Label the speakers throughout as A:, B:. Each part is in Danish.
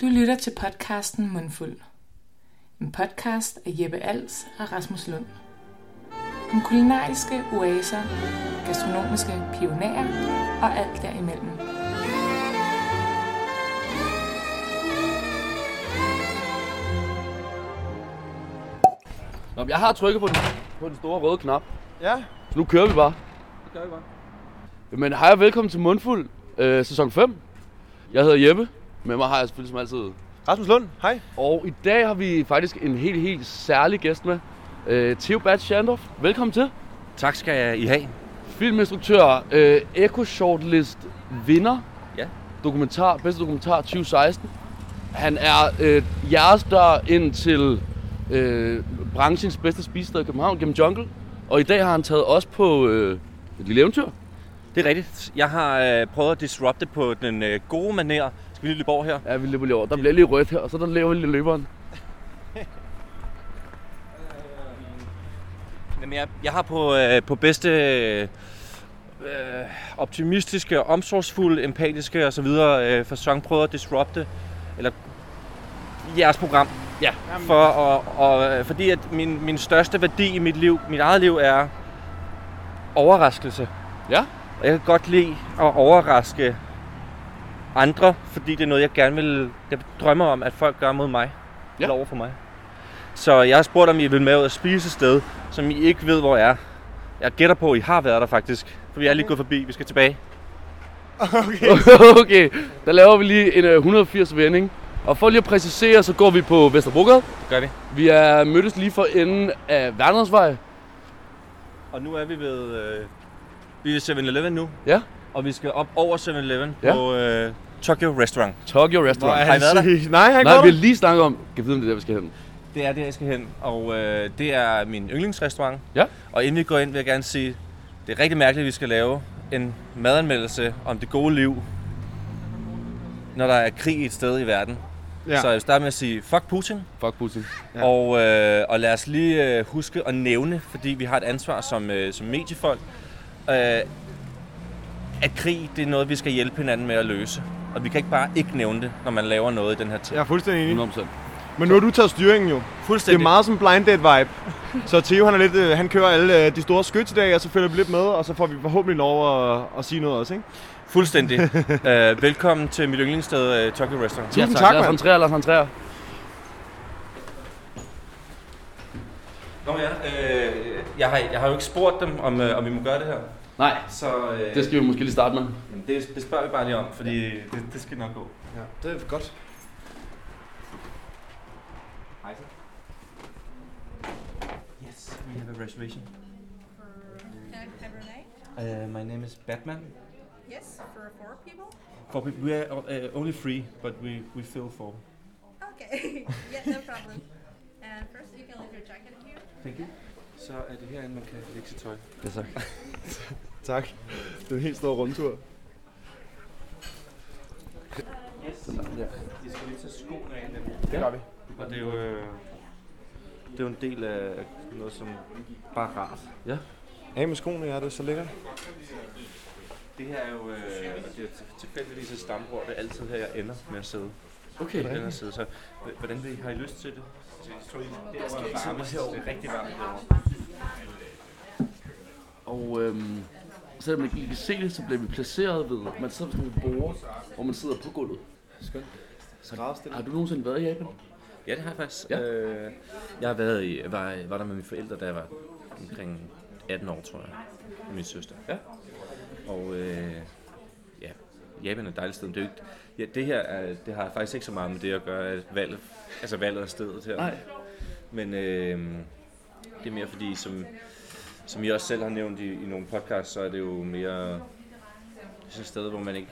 A: Du lytter til podcasten Mundfuld. En podcast af Jeppe Als og Rasmus Lund. Om kulinariske oaser, gastronomiske pionerer og alt derimellem.
B: Nå, men jeg har trykket på den, på den store røde knap,
C: Ja,
B: så nu kører vi bare.
C: det gør vi bare.
B: Men hej og velkommen til Mundfuld, øh, sæson 5. Jeg hedder Jeppe, med mig har jeg selvfølgelig som altid.
C: Rasmus Lund, hej.
B: Og i dag har vi faktisk en helt, helt særlig gæst med. Øh, Theo Bats Schandorf, velkommen til.
D: Tak skal I have.
B: Filminstruktør, øh, Echo Shortlist vinder.
D: Ja.
B: Dokumentar, bedste dokumentar 2016. Han er øh, jeres dør ind til øh, branchens bedste spisested i København gennem Jungle. Og i dag har han taget os på øh, et lille eventyr.
D: Det er rigtigt. Jeg har øh, prøvet at disrupte på den øh, gode maner. Skal vi lige løbe over her?
B: Ja, vi løber lige over. Der bliver lige rødt her, og så der lever lige løberen.
D: Jamen, jeg, jeg har på, øh, på bedste øh, øh, optimistiske, omsorgsfulde, empatiske osv. Øh, fasong prøvet at disrupte eller jeres program.
B: Ja.
D: For, og, og, øh, fordi at min, min største værdi i mit liv, mit eget liv er overraskelse.
B: Ja.
D: Og jeg kan godt lide at overraske andre, fordi det er noget, jeg gerne vil, jeg drømmer om, at folk gør mod mig.
B: Ja.
D: Ja. Eller over for mig. Så jeg har spurgt, om I vil med ud og spise et sted, som I ikke ved, hvor er. Jeg gætter på, at I har været der faktisk. For vi er lige gået forbi, vi skal tilbage.
B: okay, der laver vi lige en øh, 180 vending. Og for lige at præcisere, så går vi på Vesterbrogade.
D: Det gør vi.
B: Vi er mødtes lige for enden af Værnersvej.
D: Og nu er vi ved, øh, vi er ved 7-Eleven nu.
B: Ja.
D: Og vi skal op over 7-Eleven
B: Ja.
D: ja. på øh, Tokyo Restaurant.
B: Tokyo Restaurant.
D: Har I været
C: der? Nej, jeg har
B: Nej,
C: ikke
B: vi
C: været
B: har lige snakket om, kan jeg vide, om det er der, vi skal hen.
D: Det er der, jeg skal hen. Og øh, det er min yndlingsrestaurant.
B: Ja.
D: Og inden vi går ind, vil jeg gerne sige, det er rigtig mærkeligt, at vi skal lave en madanmeldelse om det gode liv, når der er krig et sted i verden.
C: Ja.
D: Ja. Så jeg vil starte med at sige, fuck Putin.
B: Fuck Putin.
C: Ja.
D: Ja. Og, øh, og lad os lige øh, huske at nævne, fordi vi har et ansvar som, øh, som mediefolk, øh, at krig det er noget, vi skal hjælpe hinanden med at løse. Og vi kan ikke bare ikke nævne det, når man laver noget i den her tid.
C: Jeg er fuldstændig enig.
B: 100%.
C: Men nu har du taget styringen jo. Det
D: Fuldstændig.
C: er meget som blind date vibe. Så Theo, han, er lidt, øh, han kører alle øh, de store skyts i dag, og så følger vi lidt med, og så får vi forhåbentlig lov at, at sige noget også, ikke?
D: Fuldstændig. øh, velkommen til mit yndlingssted, øh, Tokyo Restaurant.
C: Tusind
B: ja,
C: tak,
B: Lad os
C: mand.
B: entrere, lad os entrere.
D: Nå ja, øh, jeg, har, jeg har jo ikke spurgt dem, om, øh, om vi må gøre det her.
B: Nej,
D: Så øh,
B: det skal vi måske lige starte med.
D: jamen, det, det spørger vi bare lige om, fordi det, det skal nok gå.
C: Ja, det er godt.
D: Hej så. Yes, we have a reservation.
E: Can I have your name?
D: Uh, my name is Batman.
E: Yes, for four people.
D: For we, we are uh, only three, but we, we fill four.
E: Okay, yeah, no problem. And first, you can leave your jacket here.
D: Thank you. Så er det herinde, man kan lægge sit tøj.
B: Ja, tak.
C: Tak. Det er en helt stor rundtur.
D: Yes. Vi skal lige tage skoene af nemlig.
C: Det gør vi.
D: Og det er jo, øh, det er jo en del af noget, som bare er rart.
C: Af med skoene, ja, det er så lækkert.
D: Det her er jo øh, og det er til- tilfældigvis et stambror. Det er altid her, jeg ender med at sidde.
B: Okay.
D: Den her side. Så h- hvordan vil I, har I lyst til det? Jeg tror, I- Det er varmest. Det er rigtig varmt herovre.
B: Og øhm, selvom man ikke lige kan se det, så bliver vi placeret ved, man sidder på sådan en bord, hvor man sidder på gulvet.
D: Skønt.
B: Har du nogensinde været i Japan?
D: Ja, det har jeg faktisk.
B: Ja.
D: Øh, jeg har været i, var, var der med mine forældre, da jeg var omkring 18 år, tror jeg. Med min søster.
B: Ja.
D: Og øh, ja, Japan er et dejligt sted. Men det, er jo ikke, ja, det her er, det har faktisk ikke så meget med det at gøre, at valget, altså valget af stedet her.
B: Nej.
D: Men øh, det er mere fordi, som, som I også selv har nævnt i, i nogle podcasts, så er det jo mere sådan et sted, hvor man ikke...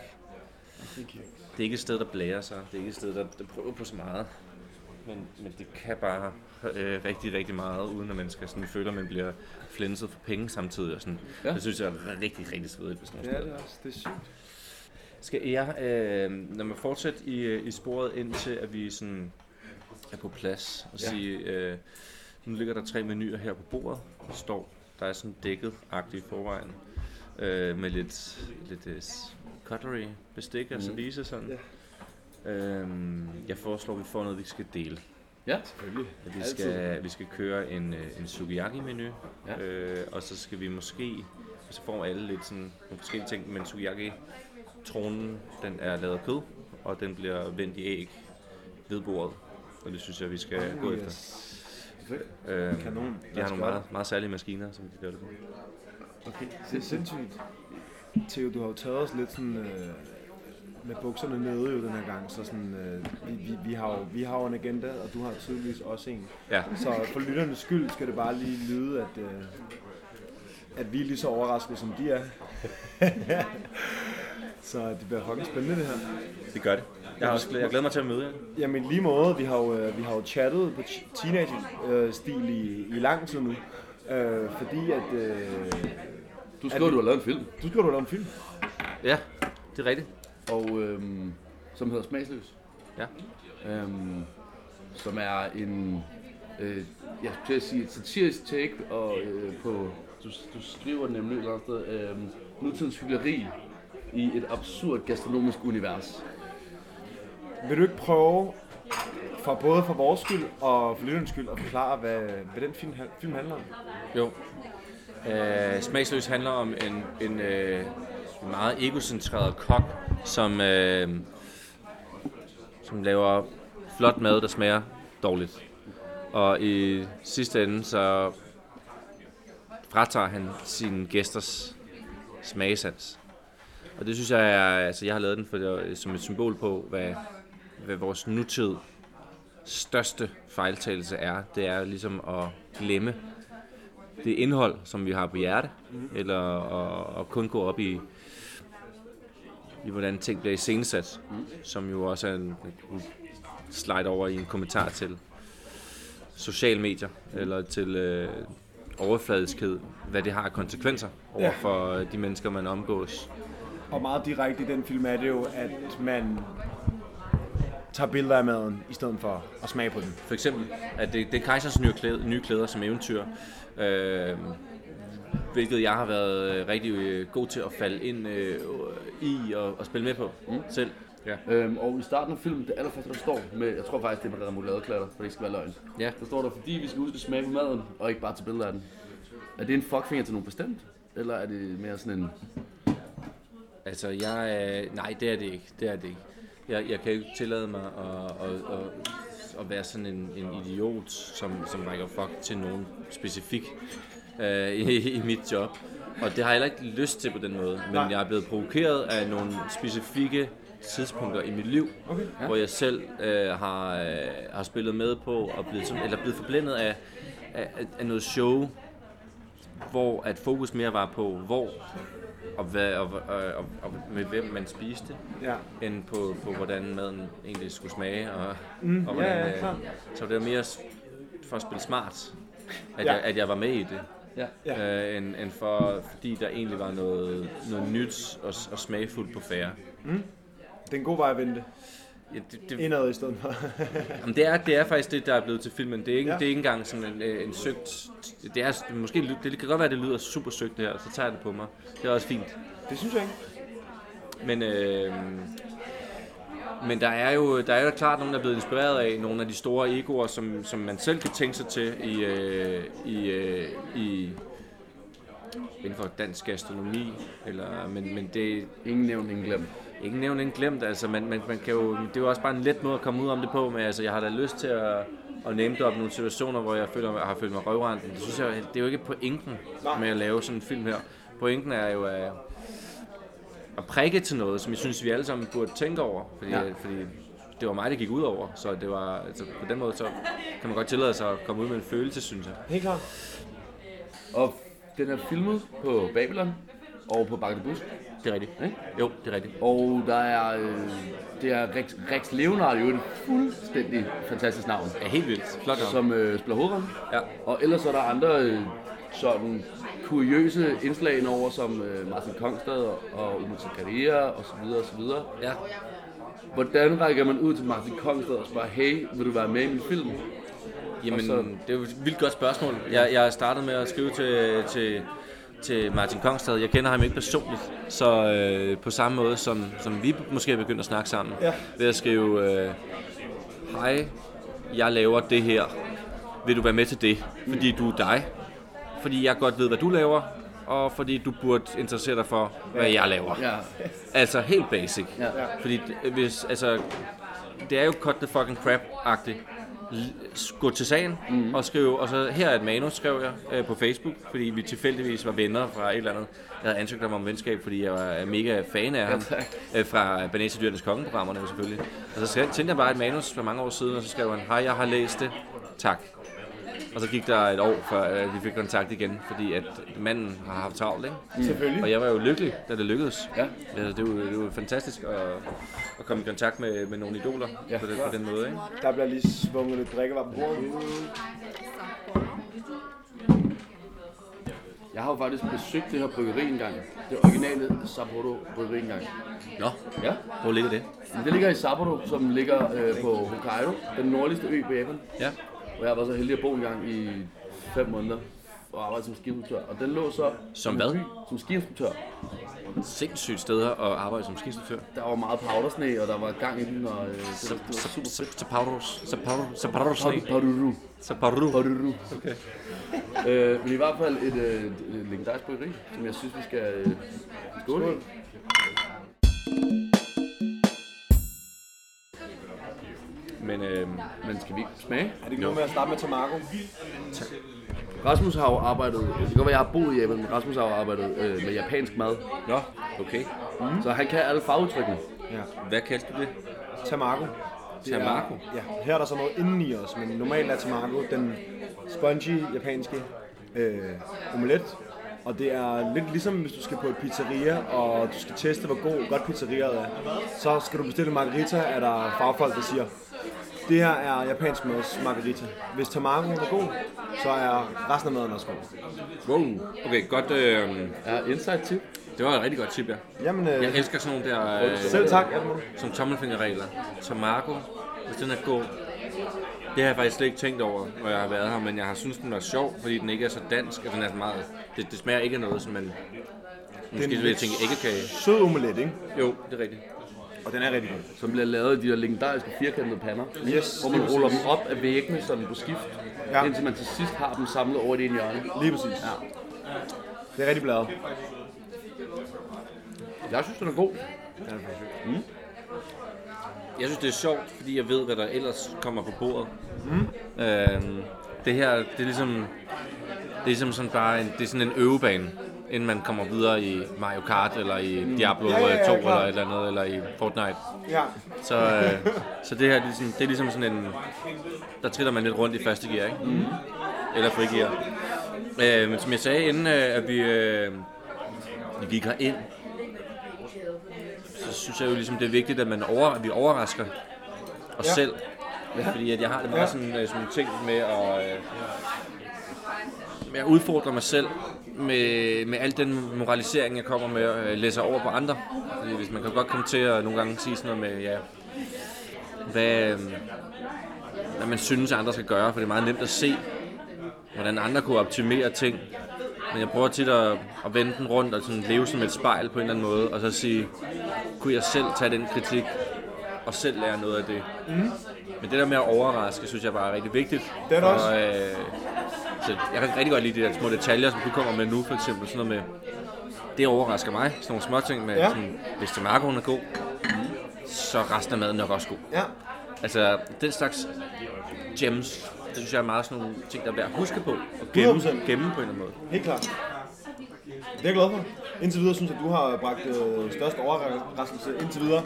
D: Det er ikke et sted, der blærer sig. Det er ikke et sted, der, der prøver på så meget. Men, men det kan bare øh, rigtig, rigtig meget, uden at man skal sådan føle, at man bliver flænset for penge samtidig. Og sådan.
B: Ja.
D: Ja. Det synes jeg er rigtig, rigtig svedigt på sådan nogle steder.
C: også. Det er sygt.
D: Skal jeg, øh, når man fortsætter i, øh, i sporet indtil, at vi sådan er på plads og ja. sige, øh, nu ligger der tre menuer her på bordet, der står, der er sådan dækket agtigt i forvejen, øh, med lidt, lidt uh, øh, cutlery, bestik, mm. altså
B: Mhm.
D: vise sådan. Øhm, jeg foreslår, at vi får noget, vi skal dele.
B: Ja.
C: Selvfølgelig.
D: At vi,
B: Altid.
D: skal, vi skal køre en, øh, en sukiyaki-menu,
B: Ja.
D: ja. øh, og så skal vi måske, så får alle lidt sådan nogle forskellige ting, men sukiyaki-tronen, den er lavet af kød, og den bliver vendt i æg ved bordet, og det synes jeg, vi skal gå efter.
C: Perfekt.
D: Øhm,
C: Kanon.
D: De
C: Lad
D: har
C: os
D: nogle
C: gøre
D: meget, meget særlige maskiner, som de gør det på.
C: Okay, det er sindssygt. Theo, du har jo taget os lidt sådan, øh, med bukserne nede jo den her gang, så sådan, øh, vi, vi, vi, har jo, vi har jo en agenda, og du har tydeligvis også en.
D: Ja,
C: Så for lytternes skyld skal det bare lige lyde, at, øh, at vi er lige så overraskede, som de er. så det bliver fucking spændende det her.
D: det gør det. Jeg, har også, glæ- jeg glæder mig til at møde jer.
C: Jamen i lige måde, vi har jo, øh, vi har jo chattet på t- teenage-stil i, i lang tid nu. Øh, fordi at... Øh,
B: Du
C: Er
B: skriver,
C: det-
B: du har lavet en film,
C: du skal jo lave en film.
D: Ja, det er rigtigt.
B: og, øhm, som hedder Smagsløs.
D: Ja.
B: Øhm, som er en, øh, jeg skulle til at sige, et satirisk take og, øh, på, du, du skriver nemlig et eller andet sted, øh, nutidens hyggeleri i et absurd gastronomisk univers.
C: Vil du ikke prøve, for både for vores skyld og for lytterens skyld, at forklare, hvad, hvad den film, han- film handler om?
D: Jo. Øh, Smagsløs handler om en, en øh, meget egocentreret kok, som, øh, som laver flot mad, der smager dårligt. Og i sidste ende, så fratager han sine gæsters smagsans. Og det synes jeg, er, altså jeg har lavet den for, som et symbol på, hvad, hvad vores nutid største fejltagelse er. Det er ligesom at glemme det indhold, som vi har på hjerte, mm. eller og, og kun gå op i, i hvordan ting bliver iscenesat, mm. som jo også er en en slide over i en kommentar til sociale medier, eller til øh, overfladiskhed, hvad det har af konsekvenser over
C: Ja.
D: for øh, de mennesker, man omgås.
C: Og meget direkte i den film er det jo, at man tager billeder af maden, i stedet for at smage på den.
D: For eksempel, at det, det er kejserens nye klæder, nye klæder som eventyr, øh, hvilket jeg har været øh, rigtig øh, god til at falde ind øh, i og, og spille med på mm. selv. Ja.
B: Øhm, og i starten af filmen, det allerførste, der står med, jeg tror faktisk, det er med Redan Moladeklatter, for det ikke skal være løgn.
D: Ja.
B: Der står der, fordi vi skal huske at smage på maden, og ikke bare tage billeder af den. Er det en fuckfinger til nogen bestemt? Eller er det mere sådan en...
D: Altså, jeg... Øh, nej, det er det ikke. Det er det ikke. Jeg, jeg kan ikke tillade mig at, at, at, at være sådan en, en idiot, som, som rækker fuck til nogen specifik øh, i, i mit job. Og det har jeg heller ikke lyst til på den måde. Men jeg er blevet provokeret af nogle specifikke tidspunkter i mit liv, okay. hvor jeg selv øh, har, øh, har spillet med på og blevet, sådan, eller blevet forblændet af, af, af- af noget show, hvor at fokus mere var på, hvor og, hvad, og, og, og, og med hvem man spiste,
C: Ja.
D: end på, på hvordan maden egentlig skulle smage. Og,
C: Mm,
D: og
C: ja,
D: hvordan, øh,
C: ja, klart.
D: så det var mere s- for at spille smart, at,
C: Ja.
D: ja. jeg, at jeg var med i det.
B: Ja.
C: Ja.
D: Øh, end, end for, fordi der egentlig var noget, noget nyt og, s- og smagfuldt på færre.
C: Det er en god vej at vente.
D: Ja, det, det,
C: Indad i stedet for.
D: Jamen, det, er, det er faktisk det, der er blevet til filmen. Det er ikke,
C: Ja.
D: ja. det er ikke engang sådan en, øh, en søgt... Det, er, måske, ly- det kan godt være, det lyder super søgt det her, så tager jeg det på mig. Det er også fint.
C: det synes jeg ikke.
D: Men, øh, men der er jo der er jo klart nogen, der er blevet inspireret af nogle af de store egoer, som, som man selv kan tænke sig til i, øh, i, øh, i inden for dansk gastronomi. Eller, men, men det,
B: Ingen nævnt, ingen glemt.
D: Ingen nævnt, ingen glemt. Altså, man, man, man kan jo, det er jo også bare en let måde at komme ud om det på, men altså, jeg har da lyst til at, at name drop nogle situationer, hvor jeg føler, jeg har følt mig røvranden. Det synes jeg, det er jo ikke pointen med at lave sådan en film her. Pointen er jo at, at prikke til noget, som jeg synes, vi alle sammen burde tænke over. Fordi, ja. fordi det var mig, det gik ud over, så det var, altså, på den måde så kan man godt tillade sig at komme ud med en følelse, synes jeg.
C: Helt klart.
B: Og den er filmet på Babylon og på Bakke Busk.
D: Det er rigtigt.
B: Ikke?
D: Jo, det er rigtigt.
B: Og der er, øh, det er Rex, Rex Leonard jo et fuldstændig fantastisk navn,
D: Ja, helt vildt. Flot navn.
B: som øh, spiller hovedrollen.
D: Ja.
B: Og ellers er der andre øh, sådan kuriøse indslag indover, som øh, Martin Kongstad og, og Umut Zakaria og så videre og så videre.
D: Ja.
B: Hvordan rækker man ud til Martin Kongstad og spørger, hey, vil du være med i min film? Og
D: Jamen,
B: så-
D: så... det er jo et vildt godt spørgsmål. Jeg, jeg startede med at skrive til, til til Martin Kongstad. Jeg kender ham ikke personligt, så øh, på samme måde som, som vi måske er begyndt at snakke sammen,
C: Ja.
D: ved at skrive, øh, hej, jeg laver det her, vil du være med til det, fordi du er dig, fordi jeg godt ved, hvad du laver, og fordi du burde interessere dig for, hvad jeg laver.
B: Ja.
D: Altså helt basic.
B: Ja.
D: Fordi d- hvis, altså, det er jo cut the fucking crap-agtigt. L- s- Gå til sagen mm. og skrive, og så her er et manus, skrev jeg øh, på Facebook, fordi vi tilfældigvis var venner fra et eller andet. Jeg havde ansøgt ham om venskab, fordi jeg var øh, mega fan af ham. øh, fra Banese Dyrenes Kongeprogrammerne jo selvfølgelig. Og så skrev- sendte jeg bare et manus for mange år siden, og så skrev han, hej, jeg har læst det. Tak. Og så gik der et år, før øh, vi fik kontakt igen, fordi at manden har haft travlt, ikke?
C: Selvfølgelig.
D: Og jeg var jo lykkelig, da det lykkedes.
B: Ja.
D: Altså, det, var, det var fantastisk at, at komme i kontakt med, med nogle idoler ja. på, den, på den måde. Ikke?
C: Der bliver lige svunget lidt drikkevarer på bordet.
B: Jeg har jo faktisk besøgt det her bryggeri engang. Det originale Sapporo bryggeri engang.
D: Nå,
B: Ja,
D: hvor ligger det?
B: men det ligger i Sapporo, som ligger øh, på Hokkaido, den nordligste ø på Japan.
D: Ja.
B: Og jeg var så heldig at bo en gang i 5 måneder og arbejde som skiinstruktør. Og den lå så...
D: Som hvad?
B: Som skiinstruktør.
D: Sindssygt sted at arbejde som skiinstruktør.
B: Der var meget powdersne, og der var gang i den, og øh, det, var, det var super fedt.
D: Saparos. Saparos. Saparos.
B: Paruru.
D: Saparos.
B: Paruru. Okay. øh, men i hvert fald et, øh, et, et legendarisk bryggeri, som jeg synes, vi skal øh, skåle i.
D: Men øh,
B: Men skal vi ikke smage?
C: Er det ikke noget med at starte med Tamargo?
B: Rasmus har jo arbejdet, øh, det kan godt være, jeg har boet i Japan, men Rasmus har jo arbejdet øh, med japansk mad.
D: nå, okay.
B: Mm. Så han kan alle farvetrykkene.
C: Ja.
D: Hvad kaldte du det?
C: Tamargo. Det er-
D: Tamargo?
C: Ja, her er der så noget indeni os, men normalt er Tamargo den spongy japanske øh, omelet. Og det er lidt ligesom, hvis du skal på et pizzeria, og du skal teste, hvor god, godt pizzeriaet er. Så skal du bestille en margarita, er der fagfolk, der siger, det her er japansk mads margarita. Hvis tamargoen er god, så er resten af maden også god.
D: Wow. Okay, godt. Øh,
B: Ja, insight tip.
D: det var et rigtig godt tip, ja.
C: Jamen,
D: Jeg
C: øh,
D: elsker sådan nogle der... Øh,
C: selv tak. Ja, det må du.
D: som tommelfingerregler. Tomago, hvis den er god. Det har jeg faktisk slet ikke tænkt over, når jeg har været her, men jeg har synes den var sjov, fordi den ikke er så dansk, og den er så meget... Det, det smager ikke af noget, som man... Måske vil jeg tænke æggekage.
C: Sød omelet, ikke?
D: Jo, det er rigtigt.
C: Og den er rigtig god.
B: Som bliver lavet i de der legendariske firkantede pander.
C: Yes,
B: hvor man
C: lige
B: ruller dem op af væggene sådan på skift, ja.
C: Ja.
B: indtil man til sidst har dem samlet over i en hjørne.
C: Lige præcis. Ja. Det er rigtig bladet.
B: Jeg synes, den er god.
D: Jeg synes, det er sjovt, fordi jeg ved, hvad der ellers kommer på bordet. Mm. Øhm, det her, det er ligesom... Det er ligesom sådan bare en, det er sådan en øvebane, inden man kommer videre i Mario Kart, eller i Diablo
C: Mm. Ja, ja, ja,
D: 2, eller
C: klart.
D: et eller andet, eller i Fortnite.
C: Ja.
D: Så, øh, så det her, det er, ligesom, det er ligesom sådan en... Der triller man lidt rundt i første gear, ikke? Mm. Eller frigear. Øh, men som jeg sagde inden, øh, at vi, øh, vi gik ind, så synes jeg jo ligesom, det er vigtigt, at, man over, at vi overrasker os ja. selv. Ja. Fordi at jeg har det meget sådan, øh, sådan en ting med at... Øh, jeg udfordrer mig selv med, med al den moralisering, jeg kommer med og øh, læser over på andre. Fordi hvis man kan godt komme til at nogle gange sige sådan noget med, ja, hvad, øh, hvad man synes, andre skal gøre, for det er meget nemt at se, hvordan andre kunne optimere ting. Men jeg prøver tit at, at vende den rundt og sådan leve som et spejl på en eller anden måde, og så sige, kunne jeg selv tage den kritik og selv lære noget af det? Mm. Men det der med at overraske, synes jeg bare er rigtig vigtigt.
C: Mhm. Det er det også.
D: Og, øh, så jeg kan rigtig godt lide de der små detaljer, som du kommer med nu, for eksempel sådan noget med, det overrasker mig, sådan nogle små ting med, ja.
C: Ja.
D: sådan, hvis tomakoen er god, så er resten af maden nok også god.
C: Ja.
D: Altså, den slags gems, det synes jeg er meget sådan nogle ting, der er værd at huske på, og gemme,
C: 100%.
D: gemme på en eller anden måde.
C: Helt klart. Det er jeg glad for. Indtil videre synes jeg, du har bragt øh, størst overraskelse indtil videre.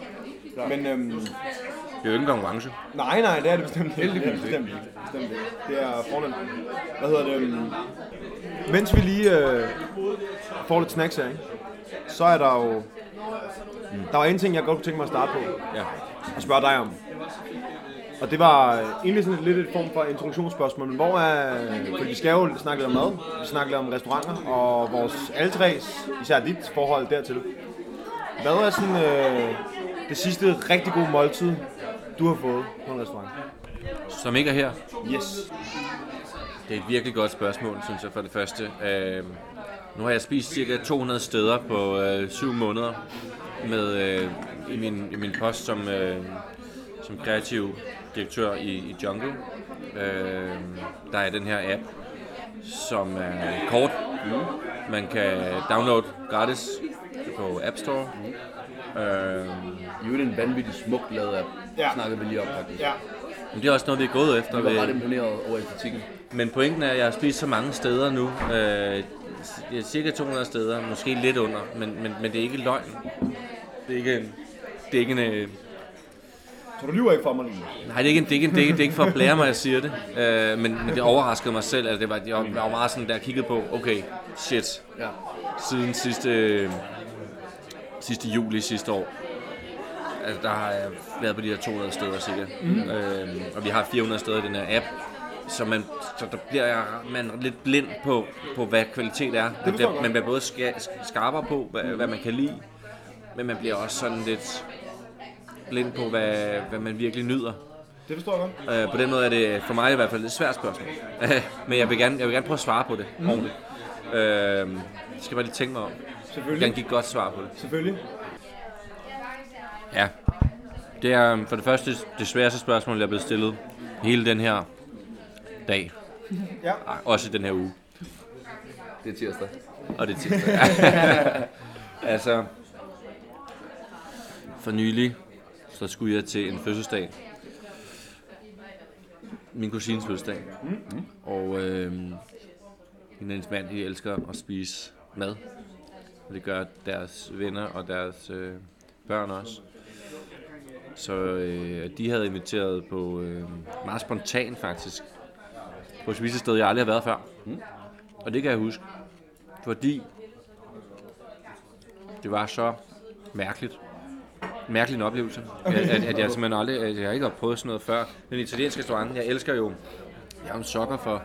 C: Men øhm,
D: Det er jo ikke en konkurrence.
C: nej, nej, det er det bestemt ikke. Det er
B: Heldigvis
C: det bestemt ikke. Bestemt ikke. Det er fornemt. Hvad hedder det? øhm, Mens vi lige øh, får lidt snacks her, ikke? så er der jo... Der var en ting, jeg godt kunne tænke mig at starte på.
D: Ja.
C: at spørge dig om. Og det var øh, egentlig sådan lidt et form for introduktionsspørgsmål, men hvor er... Fordi vi skal jo snakke lidt om mad, vi snakker lidt om restauranter, og vores alle tres, især dit forhold dertil. Hvad er sådan øh, det sidste rigtig gode måltid, du har fået på en restaurant?
D: Som ikke er her.
C: Yes.
D: Det er et virkelig godt spørgsmål, synes jeg, for det første. Øh, Nu har jeg spist cirka 200 steder på øh, 7 måneder med, øh, i, min, i min post som, øh, som kreativ direktør i, i Jungle. Øh, der er den her app, som er kort. Man kan downloade gratis på App Store. Øh,
B: I øvrigt en vanvittig smukt lavet app,
C: Ja.
B: ja. snakkede vi lige om faktisk. Ja.
C: Ja,
D: men det er også noget, vi er gået efter.
B: Jeg var ret
D: ved-
B: imponeret over estetikken.
D: Men pointen er, at jeg har spist så mange steder nu. Øh, c- cirka 200 steder, måske lidt under, men, men, men det er ikke løgn. Det er ikke en... Det er ikke en øh,
C: så du lyver ikke for mig lige.
D: nej, det er ikke en, det er ikke en, det er ikke, det er ikke for at blære mig, jeg siger det. Øh, men, men det overraskede mig selv, at det var, jeg var jeg var meget sådan, der jeg kiggede på, okay, shit,
B: Ja.
D: siden sidste, øh, sidste juli sidste år. Altså, der har jeg været på de her 200 steder cirka.
C: Mhm.
D: Mm. Øh, og vi har 400 steder i den her app. Så, man, så der bliver jeg, man er lidt blind på, på, hvad kvalitet er. Man
C: forstår jeg
D: bliver,
C: godt.
D: man bliver både ska- skarpere på, hvad, hvad man kan lide, men man bliver også sådan lidt blind på, hvad, hvad man virkelig nyder.
C: Det forstår jeg godt.
D: Øh, på den måde er det for mig i hvert fald et svært spørgsmål. Men jeg vil, gerne, jeg vil gerne prøve at svare på det mm. ordentligt. Øh, det skal jeg bare lige tænke mig om. Jeg vil
C: Selvfølgelig.
D: gerne give et godt svar på det.
C: Selvfølgelig.
D: Ja. Det er øhm, for det første det sværeste spørgsmål, jeg er blevet stillet hele den her dag.
C: Ja.
D: Ej, Også i den her uge.
B: Det er tirsdag.
D: Og det er tirsdag. altså, for nylig, så skulle jeg til en fødselsdag. Min kusines fødselsdag. Mm. Og øh, hendes mand, de elsker at spise mad. Og det gør deres venner og deres øh, børn også. Så øh, de havde inviteret på, øh, meget spontan faktisk, på et spisested, jeg aldrig har været før. Mm. Og det kan jeg huske fordi det var så mærkeligt. Mærkelig en oplevelse. At, at, at jeg simpelthen aldrig, at jeg ikke har prøvet sådan noget før. Den italienske restaurant, jeg elsker jo, jeg er jo en sokker for,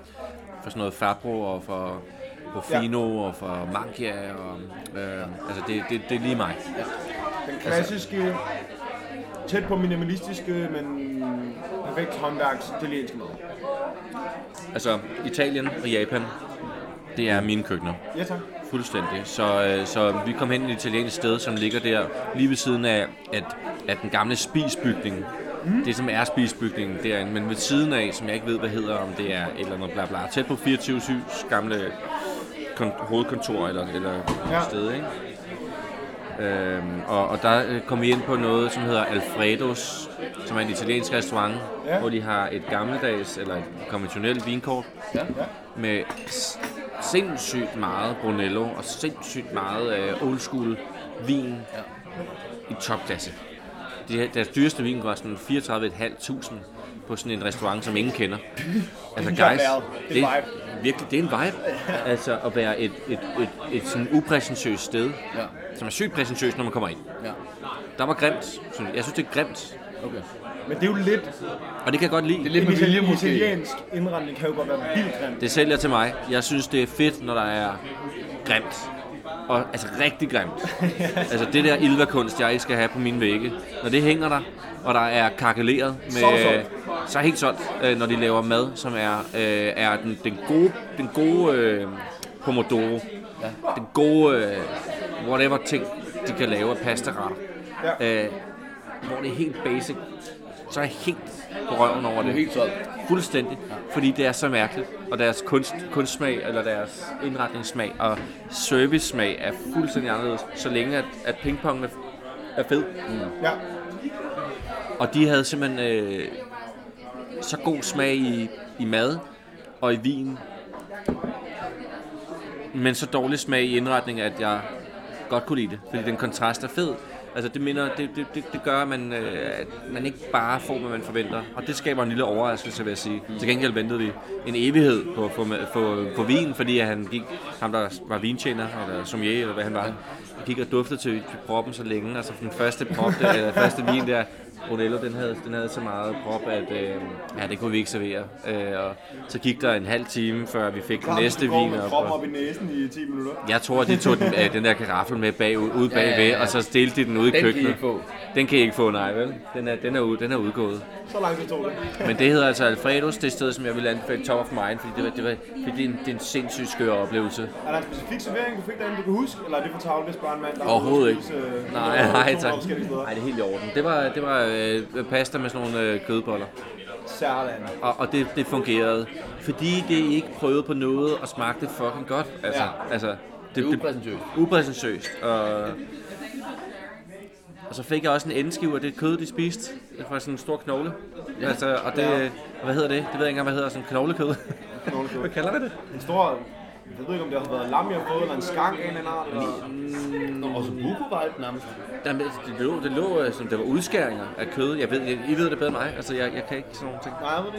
D: for sådan noget Fabro og for Rufino ja. og for Mangia. Og, øh, altså det, det, det er lige mig.
C: Den klassiske, tæt på minimalistiske, men perfekt håndværks italienske mad.
D: Altså Italien og Japan, det er mine køkkener.
C: Ja tak.
D: Fuldstændig. Så, øh, så vi kom hen i et italiensk sted, som ligger der lige ved siden af at, at den gamle spisbygning. Mm. Det som er spisbygningen derinde, men ved siden af, som jeg ikke ved, hvad hedder, om det er et eller andet bla bla. Tæt på 24 7's gamle kon- hovedkontor eller, eller ja.
C: Ja.
D: sted, ikke? Øhm, og, og der øh, kom vi ind på noget, som hedder Alfredos, som er en italiensk restaurant, ja.
C: Ja.
D: hvor de har et gammeldags eller et konventionelt vinkort med s- sindssygt meget Brunello og sindssygt meget øh, old school vin i topklasse. De, her- deres dyreste vin var sådan 34.500 på sådan en restaurant, som ingen kender. Altså
C: Det er en vibe. Det er en
D: virkelig, det er en vibe. Altså at være et, et, et, et sådan upræsentøst sted,
B: Ja.
D: som er sygt præsentøst, når man kommer ind.
B: Ja.
D: Der var grimt. synes jeg. Jeg synes, det er grimt.
B: Okay.
C: Men det er jo lidt,
D: Og det kan jeg godt lide.
B: Det er lidt med vilje
C: en
B: måske.
C: italiensk indretning kan jo godt være vildt grimt.
D: Det sælger til mig. Jeg synes, det er fedt, når der er grimt. Og, altså rigtig grimt. altså det der ilverkunst, jeg ikke skal have på mine vægge. Når det hænger der, og der er kakkeleret med...
C: Så er det solgt.
D: så er det helt solgt, øh, når de laver mad, som er, øh, er den, den gode, den gode øh, pomodoro. Ja. Den gode øh, whatever ting, de kan lave af pastaretter. Ja. Øh, hvor det er helt basic. Så er jeg helt på røven over det.
B: er helt solgt.
D: Fuldstændig. Fordi det er så mærkeligt. Og deres kunst, kunstsmag, eller deres indretningssmag og servicesmag er fuldstændig anderledes. Så længe at, at pingpongen er, er fed.
C: Ja.
D: Og de havde simpelthen øh, så god smag i, i mad og i vin. Men så dårlig smag i indretning, at jeg godt kunne lide det. Fordi den kontrast er fed. Altså det, minder, det, det, det, det gør, at man, øh, at man ikke bare får, hvad man forventer. Og det skaber en lille overraskelse, vil jeg sige. Til gengæld ventede vi en evighed på at få, ma- få, få vin, fordi at han gik, ham der var vintjener, eller sommelier, Altså, eller hvad han var, han gik og duftede til, til proppen så længe, og så den første prop, der, eller første vin der, Brunello, den havde, den havde så meget prop, at øh, ja, det kunne vi ikke servere. Øh, og så gik der en halv time, før vi fik den næste vin
C: op.
D: op.
C: Kroppen
D: Og
C: op i næsen i 10 minutter.
D: jeg tror, de tog den, øh, den der karaffel med bagud, ud bagved, ja, ja, ja. og så delte de den ud
B: Den
D: i
B: kan I
D: køkkenet.
B: ikke få.
D: Den kan I ikke få, nej vel? Den er, den er, ud, den er udgået.
C: Så langt det tog det.
D: Men det hedder altså Alfredos, det sted, som jeg vil anbefale top of mind, fordi det, var, det, var, fordi det, er, en, det er en sindssygt skør oplevelse.
C: Er der en specifik servering, du fik derinde, du kan huske? Eller er det for tavle, hvis bare en mand, der har
D: Overhovedet
C: været ude at
D: ikke.
C: spise, øh,
D: Nej,
C: nogle
D: nej, tak.
C: forskellige steder?
D: Nej, det er helt i orden. Det var, det var øh, pasta med sådan nogle øh, kødboller,
C: Særland.
D: og, og det, det fungerede. Fordi det ikke prøvede på noget og smagte fucking godt. Altså,
C: Ja.
D: altså det,
B: Det er upræsentøst.
D: upræsentøst. Og, og så fik jeg også en endeskive af det kød, de spiste. Det var sådan en stor knogle. Ja. Altså, og det,
C: Ja.
D: hvad hedder det? Det ved jeg ikke engang, hvad hedder sådan en knoglekød.
C: Knoglekød.
D: hvad kalder man det?
C: En stor... Jeg ved ikke, om det har været lam, jeg har fået, eller en skang af en eller anden art. Eller... Og så buko var det nærmest.
D: Jamen, altså, det lå, det lå øh, som det var udskæringer af kød. Jeg ved, I ved det bedre end mig. Altså, jeg, jeg kan ikke sådan nogle ting.
C: Nej, jeg ved det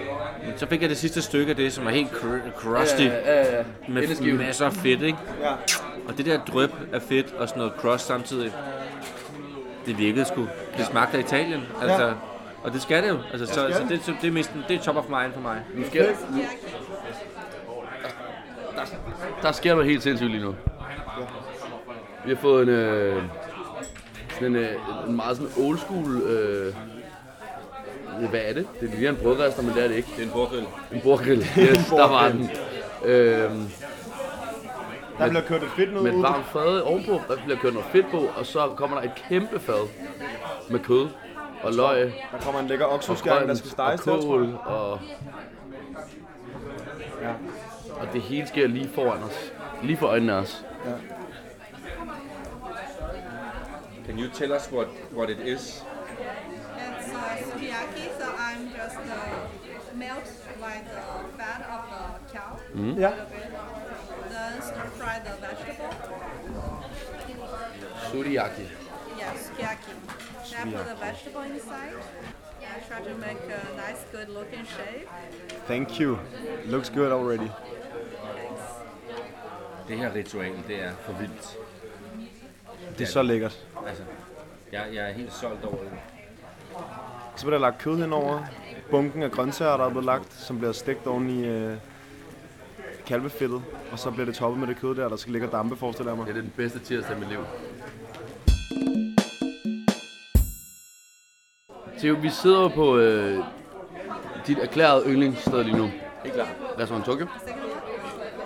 C: ikke.
D: Men Så fik jeg det sidste stykke af det, som var helt cr- crusty.
B: Ja, ja, ja.
D: Med
B: Endeskiven.
D: masser af fedt, ikke?
C: Ja.
D: Og det der drøb af fedt og sådan noget crust samtidig, det virkede sgu. Det smagte af Italien, altså.
C: Ja.
D: Og det skal det jo. Altså, så, så
C: det skal
D: det, så det, er mest, det er top of mind for mig.
B: Nu sker, der sker noget helt sindssygt lige nu. Vi har fået en, øh, sådan en, øh, en meget sådan old school... Øh, hvad er det? Det ligner en brødrester, men det er det ikke.
D: Det er en forgrill.
B: En bordgrill. Yes, der var den. Øhm,
C: Der bliver kørt et fedt noget
B: med et
C: ud.
B: varmt fad ovenpå, der bliver kørt noget fedt på, og så kommer der et kæmpe fad med kød og løg
C: Der kommer en lækker
B: og
C: oksuskæring, der
B: grønt
C: skal
B: og
C: steges til, tror jeg.
B: kål, og,
C: Ja.
B: og det hele sker lige foran os. Lige for øjnene af os.
D: Can you tell us what, what it is?
E: It's uh, sukiyaki, so I'm just uh, melt like the fat of the cow.
C: Ja.
E: Then stir fry the vegetable.
B: Suriaki.
E: Yeah, sukiyaki. Then put the vegetable inside. And try to make a nice, good looking shape.
C: Thank you. Looks good already.
E: Thanks.
D: Det her ritual, det er for vildt.
C: Det er så lækkert.
D: Altså, jeg, jeg er helt solgt over det.
C: Så bliver der lagt kød henover. Bunken af grøntsager, der er blevet lagt, som bliver stegt oven i øh, kalvefedtet. Og så bliver det toppet med det kød der, der skal ligge og dampe, forestiller jeg mig.
B: Ja, det er den bedste tirsdag i mit liv. Theo, vi sidder jo på øh, dit erklærede yndlingssted lige nu.
D: Helt klart.
B: Restaurant Tokyo.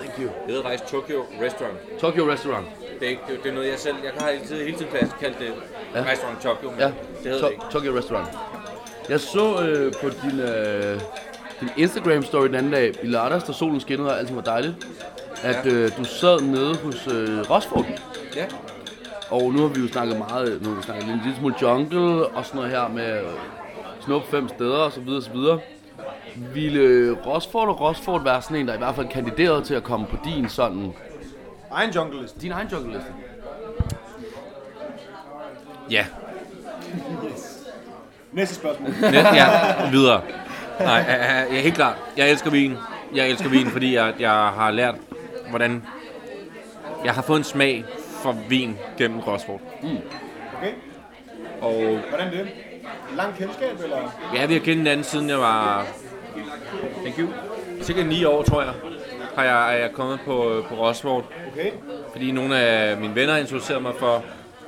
B: Thank you.
D: Det hedder faktisk Tokyo Restaurant.
B: Tokyo Restaurant.
D: Det er, ikke, det, det er noget, jeg selv... Jeg har altid, hele tiden klasse kaldt det ja. Restaurant Tokyo, men
B: Ja,
D: ja. det hedder det
B: to-
D: ikke.
B: Tokyo Restaurant. Jeg så øh, på din, øh, din Instagram-story den anden dag, i lørdags, da solen skinnede og alting var dejligt, at øh, du sad nede hos øh, Rosford.
D: Ja.
B: Og nu har vi jo snakket meget, øh, nu har vi snakket lidt en lille smule jungle og sådan noget her med øh, snup fem steder og så videre og så videre. Ville øh, Rosford og Rosford være sådan en, der i hvert fald kandiderede til at komme på din sådan,
C: Egen jungle list.
B: din egen jungle-liste?
D: Ja.
C: Næste spørgsmål.
D: Net, ja. Videre. Nej, ja, ja, ja, helt klart. Jeg elsker vin. Jeg elsker vin, fordi jeg, jeg har lært, hvordan... Jeg har fået en smag for vin gennem Rosford.
C: Mm. Okay.
D: Og
C: Hvordan det? Lang kendskab, eller?
D: Ja, vi har kendt hinanden siden jeg var... Thank you. Cirka 9 år, tror jeg, har jeg, er jeg kommet på, på Rosford.
C: Okay.
D: Fordi nogle af mine venner introducerede mig for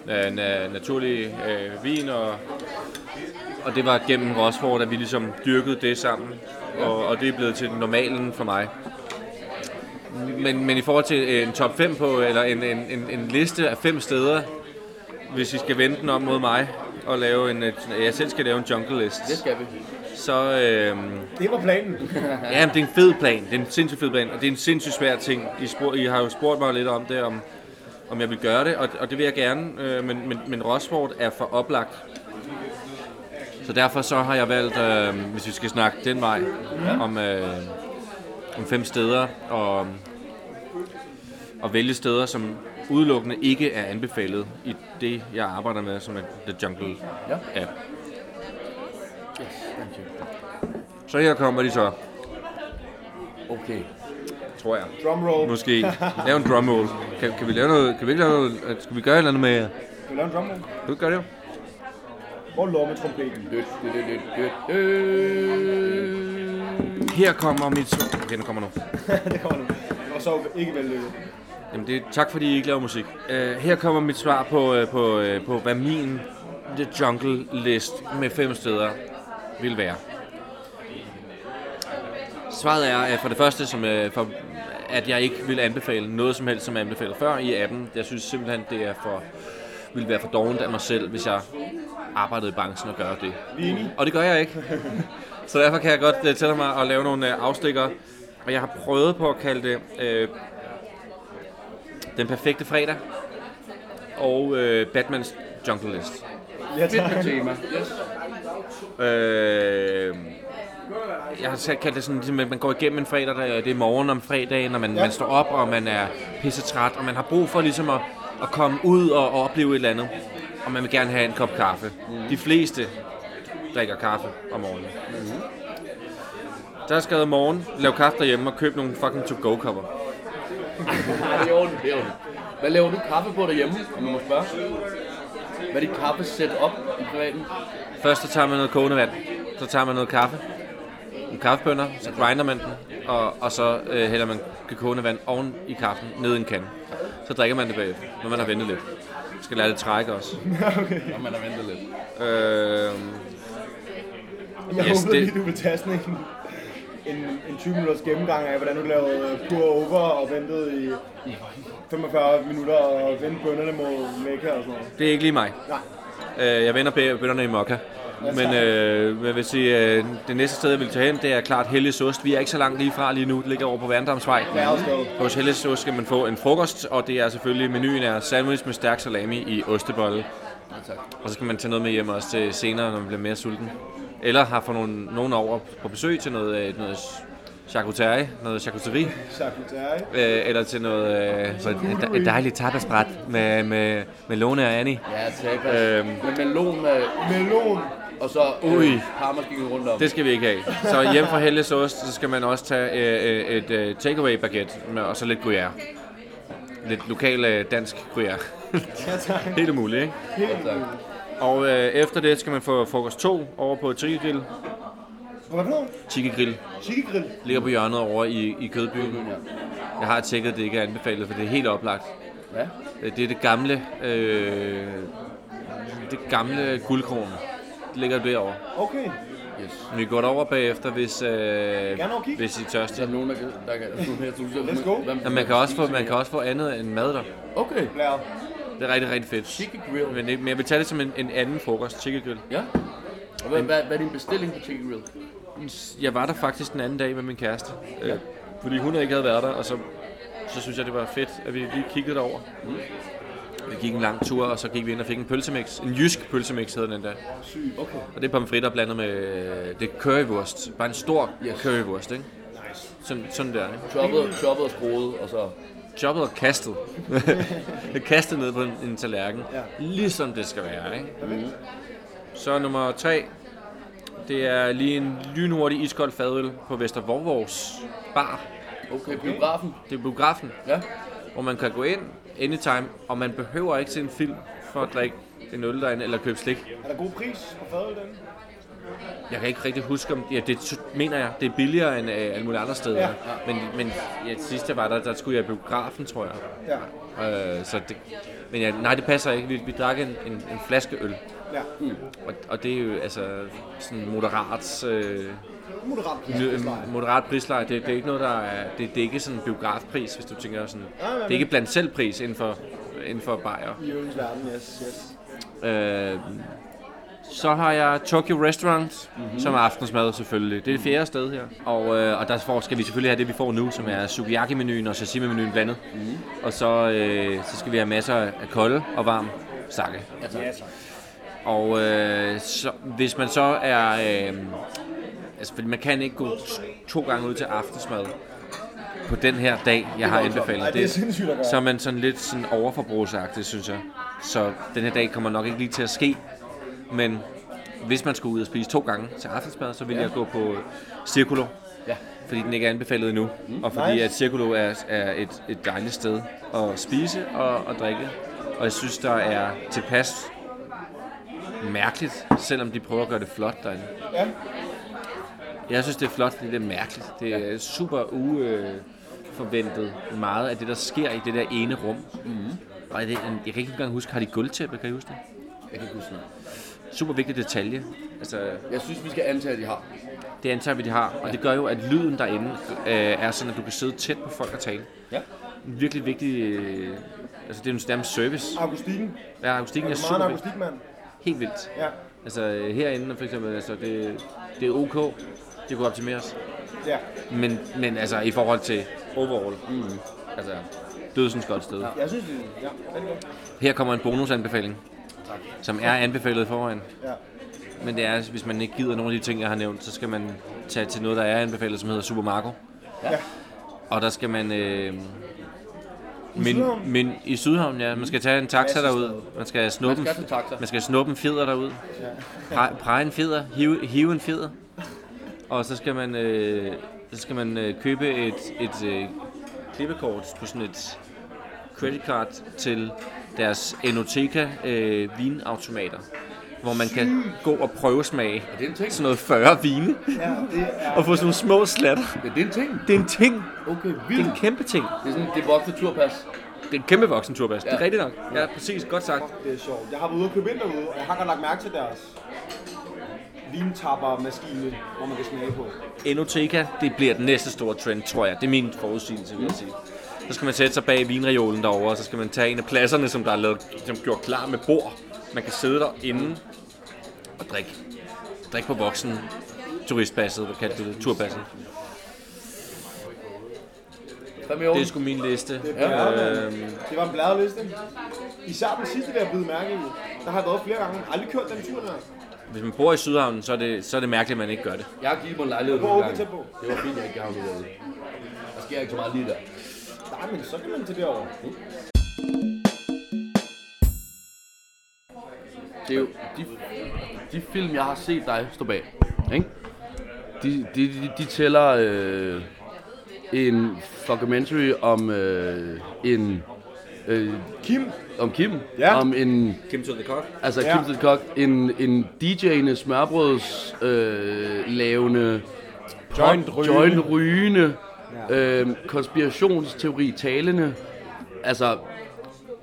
D: øh, na- naturlig øh, vin, og, og det var gennem Rosford, at vi ligesom dyrkede det sammen. Og, og det er blevet til normalen for mig. Men, men i forhold til øh, en top 5 på, eller en, en, en, en liste af fem steder, hvis I skal vende den om mod mig, og lave en, øh, jeg selv skal lave en jungle list.
B: Det skal vi.
D: Så øh,
C: Det var planen.
D: Ja, men det er en fed plan. Det er en sindssygt fed plan, og det er en sindssygt svær ting. I, spurg, I har jo spurgt mig lidt om det, om, om jeg vil gøre det, og, og det vil jeg gerne, øh, men, men, men Rosford er for oplagt. Så derfor så har jeg valgt, øh, hvis vi skal snakke den vej, om, øh, om fem steder, og, og vælge steder, som udelukkende ikke er anbefalet i det, jeg arbejder med, som er The Jungle
B: Ja.
D: App. Så her kommer de så,
B: Okay.
D: tror jeg.
C: Drumroll.
D: Måske. Lav en drumroll. Kan, øh, kan vi lave noget? Kan vi ikke lave noget? Skal vi gøre et eller andet med...
C: Skal vi lave en drumroll?
D: Kan du ikke gøre det?
C: Hvor lommer trompeten?
D: Her kommer mit... svar. Okay, nu kommer nu.
C: det kommer nu. Og så ikke vellykket.
D: Jamen det, tak fordi I ikke laver musik. Uh, her kommer mit svar på, uh, på, uh, på hvad min The Jungle List med fem steder vil være. Svaret er uh, for det første, som, uh, for, at jeg ikke vil anbefale noget som helst, som jeg anbefalede før i appen. Jeg synes simpelthen, det er for, ville være for dovent af mig selv, hvis jeg arbejdede i branchen og gør det. Og det gør jeg ikke. Så derfor kan jeg godt øh, tillade mig at lave nogle øh, afstikker. Og jeg har prøvet på at kalde det øh, den perfekte fredag og øh, Batmans Jungle List.
C: Ja, tak.
B: Tema. Yes.
D: Øh, jeg har selv kaldt det sådan, ligesom, at man går igennem en fredag, der, det er morgen om fredagen, og man, ja. man står op, og man er pisse træt, og man har brug for ligesom at, at komme ud og, og opleve et eller andet. Og man vil gerne have en kop kaffe. Mm. De fleste drikker kaffe om morgenen. Mm. Der er skrevet morgen, lav kaffe derhjemme og køb nogle fucking to-go-kopper.
B: Nej, det er ordentligt. Det er ordentligt. Hvad laver du kaffe på derhjemme, om man må spørge? Hvad er dit kaffe sæt op i privaten?
D: Først så tager man noget kogende vand, så tager man noget kaffe, nogle kaffebønner, så grinder man den, og, og så øh, hælder man det kogende vand oven i kaffen, ned i en kande. Så drikker man det bagefter, når man har ventet lidt. Man skal lade det trække også.
B: Når man har ventet lidt.
D: Øh,
C: Jeg
D: Yes,
C: yes, håber
D: det-
C: lige, du vil tage sådan en, en, en 20 minutters gennemgang af, hvordan du lavede øh, pour over og ventede i 45 minutter og vendte bønderne mod Mekka og sådan noget.
D: det er ikke lige mig.
C: Nej.
D: Øh, jeg vender bag- bønderne i mokka. Men øh, jeg vil sige, øh, det næste sted, jeg vil tage hen, det er klart Helles Ost. Vi er ikke så langt lige fra lige nu. Det ligger over på Værendamsvej.
C: Værested.
D: Hos Helles Ost skal man få en frokost, og det er selvfølgelig, menuen er sandwich med stærk salami i ostebolle. Og så skal man tage noget med hjem også til senere, når man bliver mere sulten. Eller har fået nogen, nogen over på besøg til noget, øh, noget charcuterie, noget charcuterie.
C: Charcuterie.
D: Øh, eller til noget, øh, så et, et dejligt tapasbræt med, med, med Lone og Annie.
B: Ja, tapas. Øhm. Med melon med,
C: Melon.
B: og så
D: Ui.
B: øh, parmaskinken rundt om.
D: Det skal vi ikke have. Så hjem fra Helles Ost, så skal man også tage øh, øh, et øh, takeaway baguette, med, og så lidt gruyère. Lidt lokal øh, dansk gruyère.
C: Ja, tak.
D: Helt muligt, ikke?
C: Helt
B: tak.
C: vildt.
D: Og øh, efter det skal man få frokost 2 over på Tiki Grill.
C: Hvad for noget?
D: Tiki Grill
C: Chili grill.
D: ligger på hjørnet over i, i Kødbyen. Jeg har tjekket, at det ikke er anbefalet, for det er helt oplagt.
B: Ja.
D: Øh, Det er det gamle, øh, det gamle guldkron. Det ligger derovre.
C: Okay.
B: Yes.
D: Vi går derover bagefter, hvis, øh,
C: Gerne over og kigge.
D: hvis I er
B: Så
D: tørste.
B: er der nogen, der kan... Der kan der er nogen, jeg tror, der-
C: Let's go.
B: Hvem-
D: Ja, man kan også få, man kan også få andet end mad der.
B: Okay.
C: Blære.
D: Det er rigtig, rigtig fedt.
B: Chicken Grill.
D: Men, det- men jeg vil tage det som en, en anden frokost, chicken grill.
B: Ja. Og hvad, hvad, hvad er din bestilling på Chicken Grill?
D: Jeg var der faktisk den anden dag med min kæreste, øh, fordi hun ikke havde været der, og så, så synes jeg, det var fedt, at vi lige kiggede derover.
B: Mm.
D: Vi gik en lang tur, og så gik vi ind og fik en pølsemix. En jysk pølsemix hed den endda.
C: Sygt. Okay.
D: Og det er pomfritter blandet med øh, det er currywurst. Bare en stor
B: Yes.
D: currywurst, ikke? Sådan, sådan der, ikke?
B: Choppet, choppet og skruet, og så...
D: Choppet og kastet. kastet ned på en, en tallerken.
C: Ja. Mhm.
D: Ligesom det skal være, ikke? Så nummer tre. Det er lige en lynhurtig iskold fadøl på Vester Vorvors Bar.
B: Okay, biografen.
D: Det er biografen,
B: Ja.
D: hvor man kan gå ind anytime, og man behøver ikke se en film for at drikke en øl derinde, eller købe slik.
C: Er der god pris på fadet den?
D: Jeg kan ikke rigtig huske, om ja, det t- mener jeg, det er billigere end øh, alle mulige andre steder.
C: Ja.
D: Men, men ja, sidst jeg var der, der skulle jeg i biografen, tror jeg.
C: Ja.
D: Øh, så det, men ja, nej, det passer ikke. Vi, vi drak en, en, en flaske øl,
C: Ja.
D: og, og det er jo altså sådan moderat... Øh,
C: Moderat pris.
D: Nø- moderat prisleje, det, det er ikke noget, der er, det, det er ikke sådan en biografpris, hvis du tænker sådan. Det er ikke blandt selv pris inden for, inden for bajer.
C: I øvrigt verden, yes, yes.
D: Øh, så har jeg Tokyo Restaurant, mm-hmm. som er aftensmad selvfølgelig. Det er det fjerde sted her. Og, øh, og der får- skal vi selvfølgelig have det, vi får nu, som er sukiyaki-menuen og sashimi-menuen blandet. Mm-hmm. Og så, øh, så skal vi have masser af kolde og varm sake.
C: Ja, tak.
D: Og øh, så, hvis man så er... Øh, altså, fordi man kan ikke gå t- to gange ud til aftensmad på den her dag, jeg har
C: Ej,
D: anbefalet.
C: det er sindssygt at gøre.
D: så er man sådan lidt sådan overforbrugsagtig, synes jeg. Så den her dag kommer nok ikke lige til at ske. Men hvis man skulle ud og spise to gange til aftensmad, så ville jeg gå på Circulo.
B: Ja.
D: Fordi den ikke er anbefalet endnu. Mm, og fordi
C: nice.
D: at Circulo er, er et, et dejligt sted at spise og, og drikke. Og jeg synes, der er tilpas mærkeligt, selvom de prøver at gøre det flot derinde.
C: Ja.
D: Jeg synes, det er flot, fordi det er mærkeligt. Det er super uforventet meget af det, der sker i det der ene rum.
C: Mhm.
D: Mm-hmm. Og det, jeg kan ikke engang huske, har de gulvtæppe, kan I huske det?
B: Jeg kan ikke huske noget.
D: Super vigtig detalje. Altså,
B: Jeg synes, vi skal antage, at de har.
D: det antager vi, de har. Og det gør jo, at lyden derinde øh, er sådan, at du kan sidde tæt på folk og tale.
B: Ja.
D: En virkelig vigtig... Øh, altså, det er jo en nærmest service.
C: Akustikken.
D: Ja, akustikken er
C: Det er meget
D: super
C: en
D: vigtig.
C: akustik, mand.
D: Helt vildt.
C: Ja.
D: Altså øh, herinde for eksempel, altså det, det er ok, det kunne optimeres.
C: Ja.
D: Men, men altså i forhold til overall, mm. altså dødsens godt sted. Ja.
C: Jeg synes, det ja.
D: Her kommer en bonusanbefaling, som er anbefalet i forvejen.
C: Ja.
D: Men det er, hvis man ikke gider nogle af de ting, jeg har nævnt, så skal man tage til noget, der er anbefalet, som hedder Super Marco.
C: Ja.
D: Og der skal man... Øh, men,
C: Sydhavn?
D: men i Sydhavn, ja. Man skal tage en taxa
C: Klassisk
D: derud. Man skal snuppe,
B: Man skal
D: en-
B: tage taxa.
D: man skal snuppe en fjeder derud. Pre, prege en fjeder. Hive, hive en fjeder. Og så skal man, øh, så skal man øh, købe et, et øh, klippekort på sådan et credit card til deres Enoteca øh, vinautomater. Hvor man kan gå og prøve smage
B: Er det en ting?
D: sådan noget 40 vine.
C: Ja, det er...
D: Og få sådan nogle små slatter.
B: Ja, det er en ting.
D: Det er en ting.
B: Okay,
D: Det
B: vildt.
D: er en kæmpe ting.
B: Det er sådan, det er vokset turpas.
D: Det er en kæmpe voksenturpas. Ja. Det
B: Ja.
D: er rigtigt nok. Ja, præcis. Godt sagt.
C: Det er sjovt. Jeg har været ude og købe ind derude, og jeg har godt lagt mærke til deres vintappermaskine, hvor man kan smage på.
D: Enoteca, det bliver den næste store trend, tror jeg. Det er min forudsigelse, vil jeg sige. Så skal man sætte sig bag vinreolen derovre, og så skal man tage en af pladserne, som der er lavet, som gjort klar med bord. Man kan sidde derinde og drikke. Drikke på voksen turistpasset, hvad kalder du det? Turpasset.
B: Hvad med
D: Det
B: ovnen?
D: er sgu min liste.
C: Ja,
D: Øhm,
C: men det var en bladliste. Især den sidste, vil jeg bide mærke i. Der har jeg været flere gange. Jeg har aldrig kørt den tur der.
D: hvis man bor i Sydhavnen, så er det, så er det mærkeligt, at man ikke gør det.
B: Jeg har givet mig en lejlighed
C: Hvor
B: nogle
C: er vi
B: gange.
C: tæt på?
B: Det var fint, jeg ikke gav ham noget. Der sker ikke så meget lige der.
C: Nej, men så kan man til derovre.
B: Det er jo de, de film, jeg har set dig stå bag. Ikke? De, de, de, de tæller øh, en documentary om øh, en... Øh, Kim. Om Kim.
C: Ja.
B: Om en
D: Kim to the cock.
B: Altså
C: Ja.
B: ja. Kim til Kok, en, en DJ'ende smørbrøds øh, lavende,
C: Joint
B: pot-
C: rygende.
B: joint rygende øh, konspirationsteori talende, altså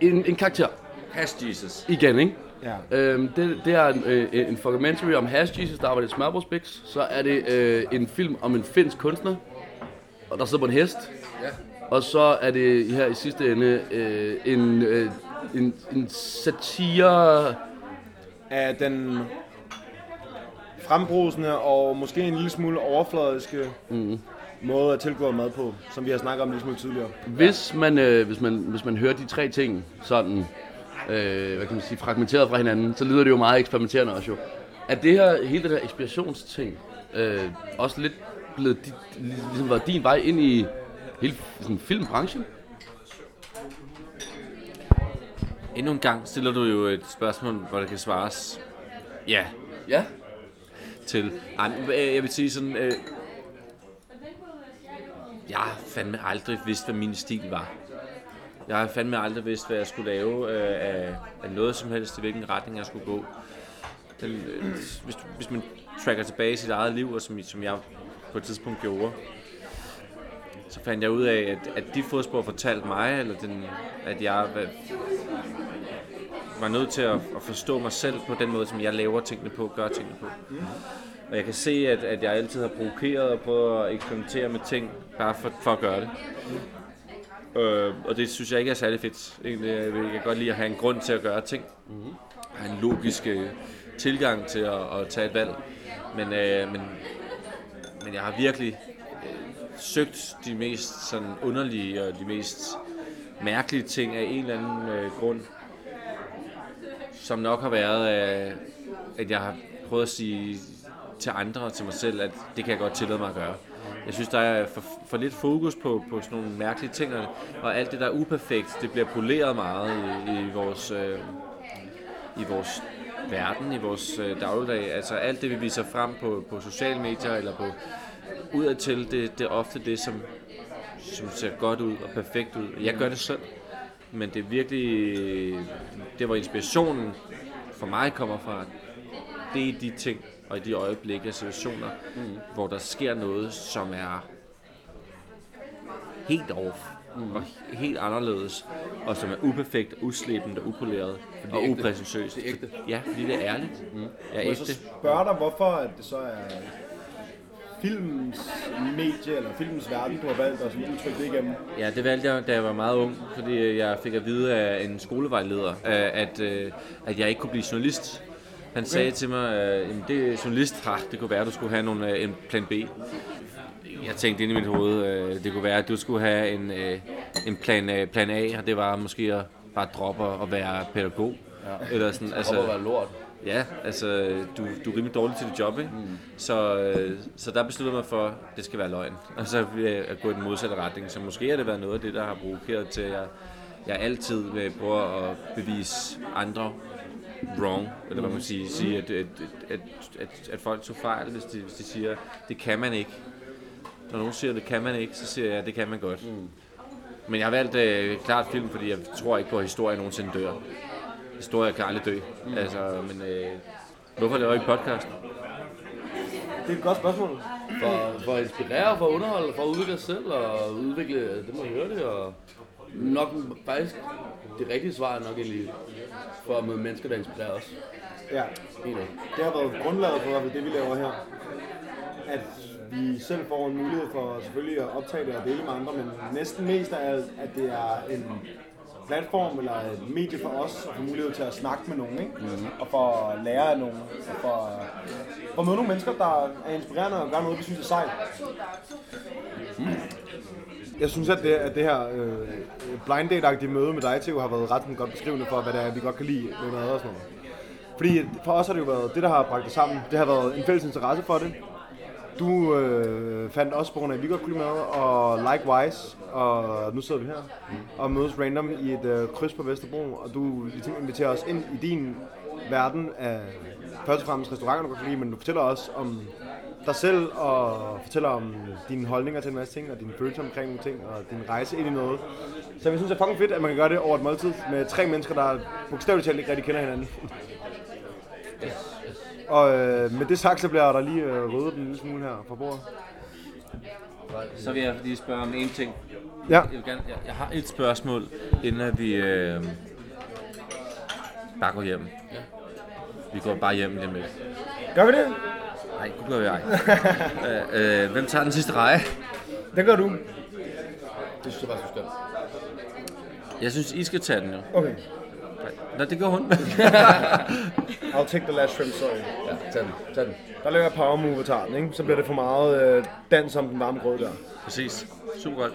B: en, en karakter
D: Has Jesus.
B: igen, ikke?
C: Ja.
B: Øhm, det, det er en, øh, en documentary om Hash Jesus, der arbejder i smørbrødsbiks. Så er det øh, en film om en finsk kunstner, og der sidder på en hest. Ja. Og så er det her i sidste ende øh, en, øh, en, en satire...
C: Af den frembrusende og måske en lille smule overfladiske mm. måde at tilgå mad på, som vi har snakket om en lille smule tidligere.
B: Hvis man, øh, hvis, man, hvis man hører de tre ting sådan, øh, hvad kan man sige, fragmenteret fra hinanden, så lyder det jo meget eksperimenterende også jo. Er det her, hele det der inspirationsting, øh, også lidt blevet dit, ligesom været din vej ind i hele sådan, filmbranchen?
D: Endnu en gang stiller du jo et spørgsmål, hvor der kan svares ja
B: Ja.
D: til. Ej, men, øh, jeg vil sige sådan, øh, jeg har fandme aldrig vidst, hvad min stil var. Jeg har fandme aldrig vidst, hvad jeg skulle lave øh, af, af noget som helst, i hvilken retning jeg skulle gå. Den, øh, hvis, du- hvis man tracker tilbage i sit eget liv, og som, som jeg på et tidspunkt gjorde, så fandt jeg ud af, at, at de fodspor fortalte mig, eller den, at jeg var, var nødt til at, at forstå mig selv på den måde, som jeg laver tingene på, gør tingene på. Og jeg kan se, at, at jeg altid har provokeret og prøvet at eksperimentere med ting, bare for, for at gøre det. Øh, og det synes jeg ikke er særlig fedt. Egentlig, jeg vil- jeg kan godt lide at have en grund til at gøre ting. Have en logisk øh, tilgang til at, at tage et valg. Men, øh, men, men jeg har virkelig øh, søgt de mest sådan underlige og de mest mærkelige ting af en eller anden øh, grund. Som nok har været, øh, at jeg har prøvet at sige til andre og til mig selv, at det kan jeg godt tillade mig at gøre. Jeg synes, der er for, for lidt fokus på, på sådan nogle mærkelige ting, og, og alt det, der er uperfekt, det bliver poleret meget i, i vores... Øh, i vores verden, i vores øh, dagligdag. Altså alt det, vi viser frem på, på sociale medier eller på udadtil, det, det er ofte det, som, som ser godt ud og perfekt ud. Jeg gør det selv, men det er virkelig, det var inspirationen for mig kommer fra, det er i de ting og i de øjeblikke og situationer, mm. hvor der sker noget, som er helt off mm. og he- helt anderledes, og som er uperfekt, uslebent og upoleret og
B: ægte.
D: upræsentøst.
B: Det er ægte.
D: Ja, fordi det er ærligt. Mm. Jeg er
C: Må jeg så
D: ægte.
C: spørge dig, hvorfor at det så er filmens medie, eller filmens verden, du har valgt, og som udtryk det igennem?
D: Ja, det valgte jeg, da jeg var meget ung, fordi øh, jeg fik at vide af en skolevejleder, øh, at, øh, at jeg ikke kunne blive journalist. Han sagde til mig, øh, at det journalist, ha, det kunne være, at du skulle have nogle, øh, en plan B. Jeg tænkte ind i mit hoved, øh, det kunne være, at du skulle have en, øh, en plan, øh, plan A, og det var måske at bare droppe og være pædagog. Ja. Eller sådan,
B: Altså, op at være lort.
D: Ja, altså, du, du er rimelig dårlig til dit job, ikke? Mm. Så, øh, så der besluttede jeg mig for, at det skal være løgn. Og så vil jeg at gå i den modsatte retning. Så måske har det været noget af det, der har provokeret til, at jeg, jeg altid øh, prøver at bevise andre wrong, eller hvad man siger, sige, at, at, at, at, at folk tog fejl, hvis de, hvis de siger, det kan man ikke. Når nogen siger, det kan man ikke, så siger jeg, at det kan man godt. Mm. Men jeg har valgt øh, klart film, fordi jeg tror ikke på, at historie nogensinde dør historier kan aldrig dø. Mm. Altså, men øh, hvorfor laver I podcast?
C: Det er et godt spørgsmål.
B: For, for at inspirere, for at underholde, for at udvikle os selv og udvikle det, man hører det. Og nok faktisk det rigtige svar er nok egentlig for at møde mennesker, der inspirerer os.
C: Ja,
B: Egentlig.
C: det har været grundlaget for i hvert fald det, vi laver her. At vi selv får en mulighed for selvfølgelig at optage det og dele med andre, men næsten mest af alt, at det er en platform eller et medie for os, og få mulighed til at snakke med nogen, ikke? Mm-hmm. og for at lære af nogen, og for, for at møde nogle mennesker, der er inspirerende og gør noget, vi synes er sejt. Mhm. Jeg synes, at det, at det her øh, blind date-agtige møde med dig, Theo, har været ret sådan godt beskrivende for, hvad det er, vi godt kan lide ved mad og sådan noget. Fordi for os har det jo været det, der har bragt det sammen. Det har været en fælles interesse for det. Du øh, fandt også på grund af, at vi godt kunne lide mad, og likewise, og nu sidder vi her og mødes random i et øh, kryds på Vesterbro, og du ligesom inviterer os ind i din verden af først og fremmest restauranter, du godt kan lide, men du fortæller også om dig selv, og fortæller om dine holdninger til en masse ting, og dine følelser omkring nogle ting, og din rejse ind i noget. Så jeg synes, det er fucking fedt, at man kan gøre det over et måltid med tre mennesker, der bogstaveligt talt ikke rigtig kender hinanden. Og øh, med det sagt, så bliver der lige øh, ryddet en lille smule her fra bordet.
D: Så vil jeg lige spørge om en ting.
C: Ja,
D: Jeg, vil gerne, jeg, jeg har et spørgsmål, inden at vi øh, bare går hjem. Ja. Vi går bare hjem lige om lidt.
C: gør vi det?
D: Nej, det gør vi ej. øh, øh, hvem tager den sidste reje?
C: Det gør du.
B: Det synes jeg faktisk er skønt.
D: Jeg synes, I skal tage den jo.
C: Okay.
D: Nå, det gør hun.
C: I'll take the last shrimp, sorry.
B: Ja, tag den. Tag den.
C: Der ligger power move og tager den, ikke? Så bliver det for meget øh, dans om den varme grød der.
D: Præcis. Super godt.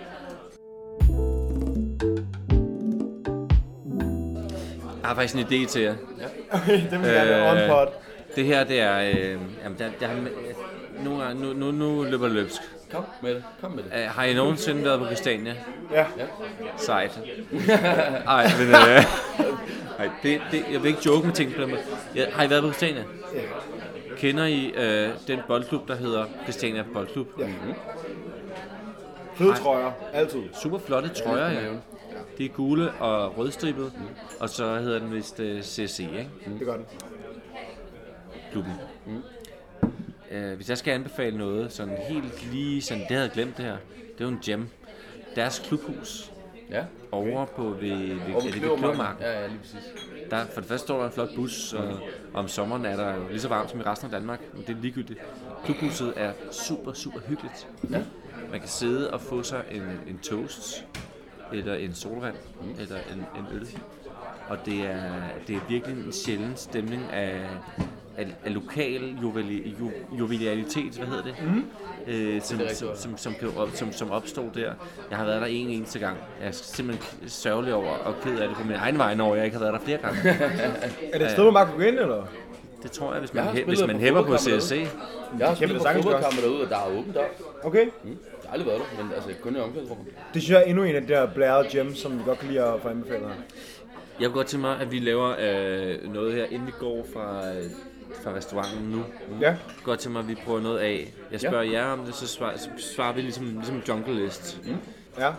D: Jeg har faktisk en idé til jer.
C: Okay, det vil jeg
D: Øh,
C: gerne on pot.
D: Det her, det er... Øh, jamen, der, der, nu, er- nu, nu, nu løber det løbsk.
B: Kom med det. Kom med det.
D: Uh, har I nogensinde været på Christiania?
C: Ja.
D: Sejt. Ej, men... Øh, ej, det, det, jeg vil ikke joke med ting på den måde. Ja, har I været på Christiania? Kender I øh, den boldklub, der hedder Christiania Boldklub? Ja.
C: Fede trøjer, altid.
D: Super flotte trøjer, ja. De er gule og rødstribede, og så hedder den vist øh, CC, ikke?
C: Det gør den.
D: klubben. Mm. Øh, hvis jeg skal anbefale noget, sådan helt lige, sådan, det havde jeg glemt det her, det er jo en gem. Deres klubhus
B: Ja.
D: over på ved, ved,
B: Og
D: ved,
B: vi
D: ved
B: kløver
D: Kløvermarken.
B: Ja, ja, lige præcis.
D: Der, for det første står der en flot bus, og om sommeren er der jo lige så varmt som i resten af Danmark, men det er ligegyldigt. Klubhuset er super, super hyggeligt.
B: Ja.
D: Man kan sidde og få sig en, en toast, eller en solvand, mm. eller en, en øl. Og det er, det er virkelig en sjælden stemning af, af, af lokal juveli, ju, jovialitet, hvad hedder det? Mm. Øh, som,
B: rigtigt
D: som,
B: ord.
D: som, som, kan op, som, som opstod der. Jeg har været der en eneste gang. Jeg er simpelthen sørgelig over og ked af det på min egen vej, når jeg ikke har været der flere gange.
C: Er det et sted, man bare kan gå ind, eller?
D: Det tror jeg, hvis
B: Jeg
D: man,
B: har
D: hæ-
B: spillet
D: hvis man
B: på
D: hæpper på
B: fodboldkampe
D: CSC.
B: Jeg har spillet
C: da
B: på
C: sagtens gøre.
B: fodboldkampe derude, og der er åbent der.
C: Okay.
B: Jeg har aldrig været der, men altså kun i omklædningsrummet.
C: Det synes jeg er endnu en af de der blærede gems, som vi godt kan lide at få anbefalet her.
D: Jeg kunne godt tænke mig, at vi laver øh, noget her, inden vi går fra, øh, fra restauranten nu.
C: Ja.
D: Jeg kunne godt tænke mig, at vi prøver noget af. Jeg spørger jer om det, så svarer, så svarer vi ligesom, ligesom Jungle List. Mm.
C: Ja.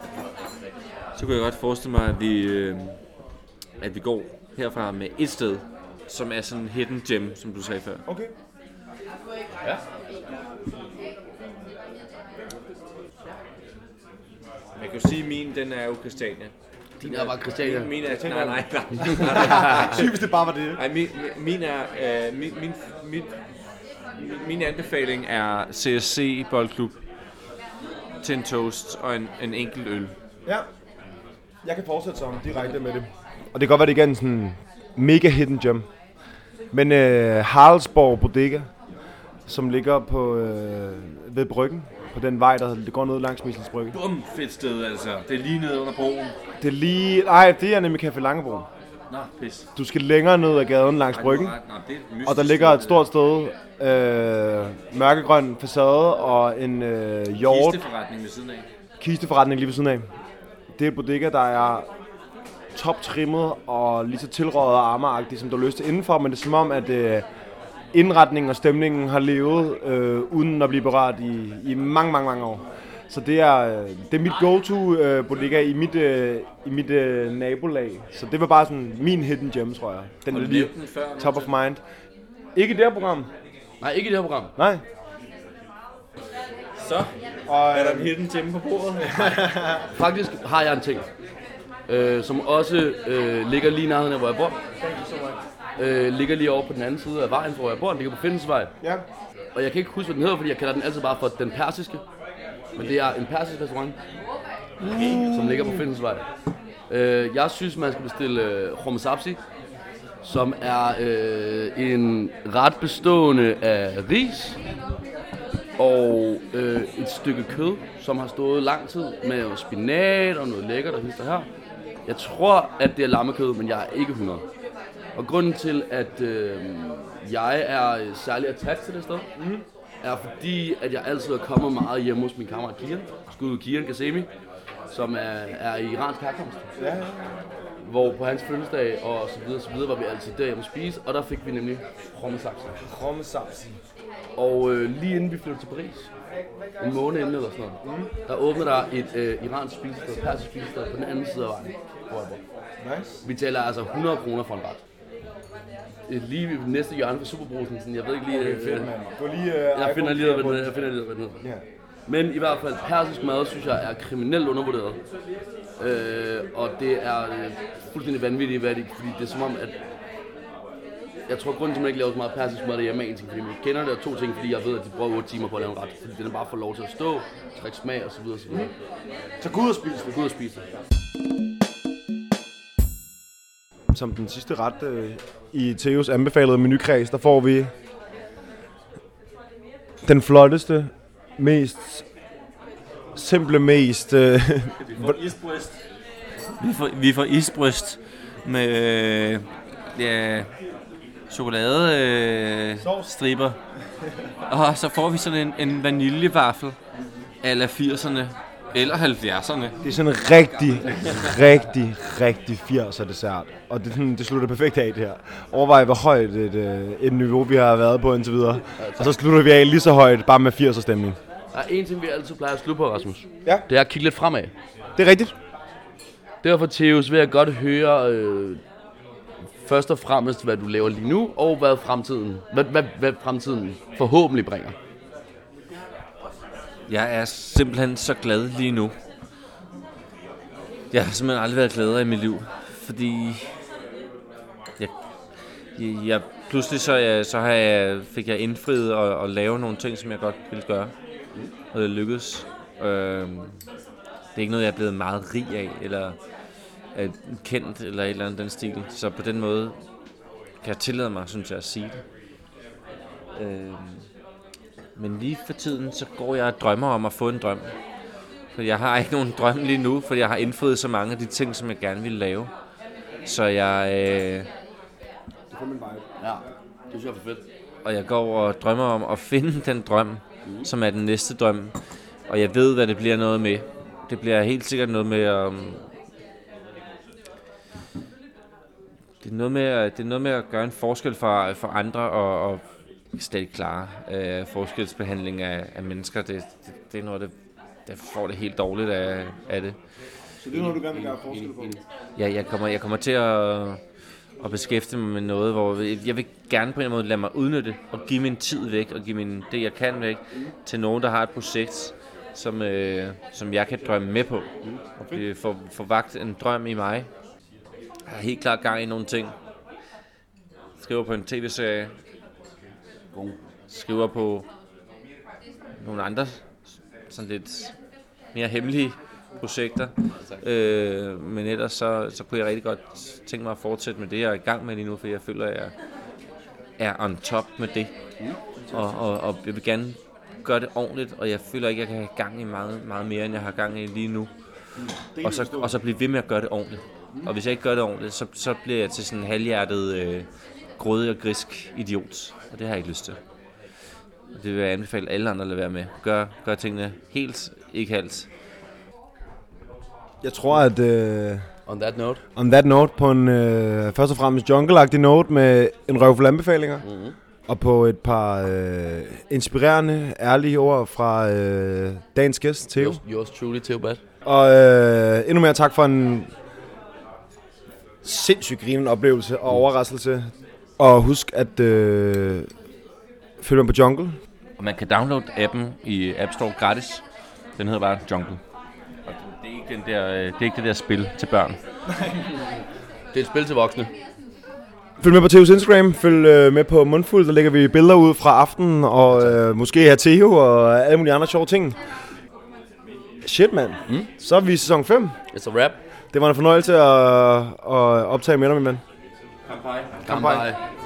D: Så kunne jeg godt forestille mig, at vi, øh, at vi går herfra med et sted, som er sådan en hidden gem, som du sagde før.
C: Okay.
D: Ja. Jeg kan jo sige, at min den er jo Christiania.
B: Din er bare Christiania.
D: Min, min er... Nej, nej, nej.
C: Sygt, hvis det bare var det.
D: nej min, min er... Øh, min, min, min, min- min anbefaling er CSC Boldklub til en toast og en, en enkelt øl.
C: Ja. Jeg kan fortsætte sådan direkte med det. Og det kan godt være, det ikke er en sådan mega hidden gem. Men øh, Haraldsborg Bodega, som ligger på, øh, ved bryggen, på den vej, der det går ned langs Michels Brygge.
D: Bum, fedt sted altså. Det er lige nede under broen.
C: Det er lige... Nej, det er nemlig Café Langebro.
D: Nå, pis.
C: Du skal længere ned ad gaden langs
D: Ej,
C: bryggen.
D: du har ret. Nå, det er et mystisk
C: Og der ligger et
D: sted.
C: stort sted, øh, mørkegrøn facade og en øh, hjort
D: Kisteforretning ved siden af.
C: kisteforretning lige ved siden af. Det er et bodega, der er toptrimmet og lige så tilrådet og armeragtigt, som du har lyst til indenfor, men det er som om, at øh, indretningen og stemningen har levet øh, uden at blive berørt i, i mange, mange, mange år. Så det er, øh, det er mit go-to øh, bodega i mit, øh, i mit øh, nabolag. Så det var bare sådan min hidden gem, tror jeg. Den
D: Og
C: er
D: du
C: lige
D: nævnte den før,
C: top of mind. Ikke i det her program.
B: Nej, ikke i det her program.
C: Nej.
D: Så
C: Og,
D: er der
C: øh,
D: en hidden gem på bordet.
B: Faktisk har jeg en ting, øh, som også øh, ligger lige i nærheden af, hvor jeg bor. Øh, ligger lige over på den anden side af vejen, hvor jeg bor. Den ligger på Findensvej.
C: ja.
B: Og jeg kan ikke huske, hvad den hedder, fordi jeg kalder den altid bare for den persiske. Men det er en persisk restaurant, som ligger på Findensvej. Øh, jeg synes, man skal bestille øh, hummusabsi, som er øh, en ret bestående af ris og øh, et stykke kød, som har stået lang tid med noget spinat og noget lækkert og hister her. Jeg tror, at det er lammekød, men jeg er ikke 100. Og grunden til, at øh, jeg er øh, særlig attached til det sted, mm. er fordi, at jeg altid er kommet meget hjemme hos min kammerat Kian. Skud Kian Kasemi, som er, er i iransk herkomst.
C: Ja, ja.
B: Hvor på hans fødselsdag og så videre, så videre, var vi altid derhjemme og spise, og der fik vi nemlig rommesakser.
C: Krommesapsen.
B: Og øh, lige inden vi flyttede til Paris, en måned inden eller sådan noget, mm. der åbnede der et øh, iransk spisested, persisk spisested på den anden side af vejen, hvor jeg bor.
C: Nice.
B: Vi taler altså 100 kroner for en ret. Øh, Lige ved næste hjørne for Superbrusen, sådan, jeg ved ikke lige... Okay,
C: Fedt, mand. Du er lige... Øh,
B: jeg finder lige ud af, hvad den hedder,
C: det
B: jeg finder lige ud af, hvad den hedder.
C: Ja.
B: Men i hvert fald, persisk mad, synes jeg, er kriminelt undervurderet. Øh, og det er øh, fuldstændig vanvittigt, hvad det, fordi det er som om, at... Jeg tror, grunden til, at man ikke laver så meget persisk mad derhjemme, er en ting, fordi man ikke kender det, og to ting, fordi jeg ved, at de bruger 8 timer på at lave en ret. Fordi den bare får lov til at stå, trække smag osv. osv.
C: Så gå ud og spis det.
B: Gå ud og spise det.
C: Som den sidste ret øh, i Theos anbefalede menukreds, der får vi den flotteste, mest simple, mest... Øh,
D: Vi får isbryst. Vi får, vi får isbryst med øh, ja, chokolade øh, striber. Og så får vi sådan en, en vaniljevaffel eller 80'erne eller 70'erne.
C: det er sådan en rigtig, rigtig, rigtig 80'er dessert. Og det, er sådan- det slutter perfekt af, det her. Overvej, hvor højt et, øh, et niveau, vi har været på indtil videre. Og så slutter vi af lige så højt, bare med 80'er stemning.
B: Der er en ting, vi altid plejer at slutte på, Rasmus.
C: Ja.
B: Det er at kigge lidt fremad.
C: Det er rigtigt.
B: Derfor, Theus, vil jeg godt høre øh, først og fremmest, hvad du laver lige nu, og hvad fremtiden, hvad, hvad, hvad fremtiden forhåbentlig bringer.
D: Jeg er simpelthen så glad lige nu. Jeg har simpelthen aldrig været gladere i mit liv, fordi jeg, jeg, jeg pludselig så, jeg, så har jeg, fik jeg indfriet og, og lave nogle ting, som jeg godt ville gøre, og det lykkedes. Øh, det er ikke noget, jeg er blevet meget rig af, eller er kendt, eller et eller andet den stil. Så på den måde kan jeg tillade mig, synes jeg, at sige det. Øh, men lige for tiden, så går jeg og drømmer om at få en drøm. For jeg har ikke nogen drøm lige nu, for jeg har indfriet så mange af de ting, som jeg gerne ville lave. Så jeg, øh,
B: Ja, det synes jeg er for fedt.
D: og jeg går og drømmer om at finde den drøm, som er den næste drøm. Og jeg ved, hvad det bliver noget med. Det bliver helt sikkert noget med at... Um, det, er noget med at, det er noget med at gøre en forskel for, for andre og, og slet ikke klare øh, forskelsbehandling af, af mennesker. Det, det, det er noget, det, der får det helt dårligt af, af det.
C: Så det er noget, du gerne vil gøre forskel på.
D: Jeg, jeg, kommer, jeg kommer til at, at beskæftige mig med noget, hvor jeg vil gerne på en eller anden måde lade mig udnytte og give min tid væk og give min, det, jeg kan væk til nogen, der har et projekt, som, øh, som jeg kan drømme med på. Og blive, få, få vagt en drøm i mig. Jeg har helt klart gang i nogle ting. Skriver på en tv-serie. Skriver på nogle andre sådan lidt mere hemmelige projekter. Øh, men ellers så, så kunne jeg rigtig godt tænke mig at fortsætte med det, jeg er i gang med lige nu, for jeg føler, at jeg er on top med det. Og, og, og jeg vil gerne gøre det ordentligt, og jeg føler ikke, at jeg kan have gang i meget, meget mere, end jeg har gang i lige nu. Og så, og så blive ved med at gøre det ordentligt. Og hvis jeg ikke gør det ordentligt, så, så bliver jeg til sådan en halvhjertet øh, grødig og grisk idiot. Og det har jeg ikke lyst til. Og det vil jeg anbefale alle andre at lade være med. Gør, gør tingene helt, ikke halvt.
C: Jeg tror, at øh,
B: On that note.
C: on that note, på en øh, først og fremmest jungle note med en røvfuld anbefalinger,
B: Mm-hmm.
C: og på et par øh, inspirerende, ærlige ord fra øh, dagens gæst, Theo.
B: Yours, yours truly, Theo Bad.
C: Og øh, endnu mere tak for en sindssygt grinende oplevelse og overraskelse. Og husk at øh, følge med på Jungle.
D: Og man kan downloade appen i App Store gratis. Den hedder bare Jungle. Og det er ikke, den der, øh, det er ikke det der spil til børn.
B: Det er et spil til voksne.
C: Følg med på Theos Instagram, følg øh, med på Mundfuld, der lægger vi billeder ud fra aftenen, og øh, måske her Theo og alle mulige andre sjove ting. Shit, mand. Mm. Så er vi i sæson 5.
B: It's a rap.
C: Det var en fornøjelse at, at optage med dig, min mand.
B: Kampaj.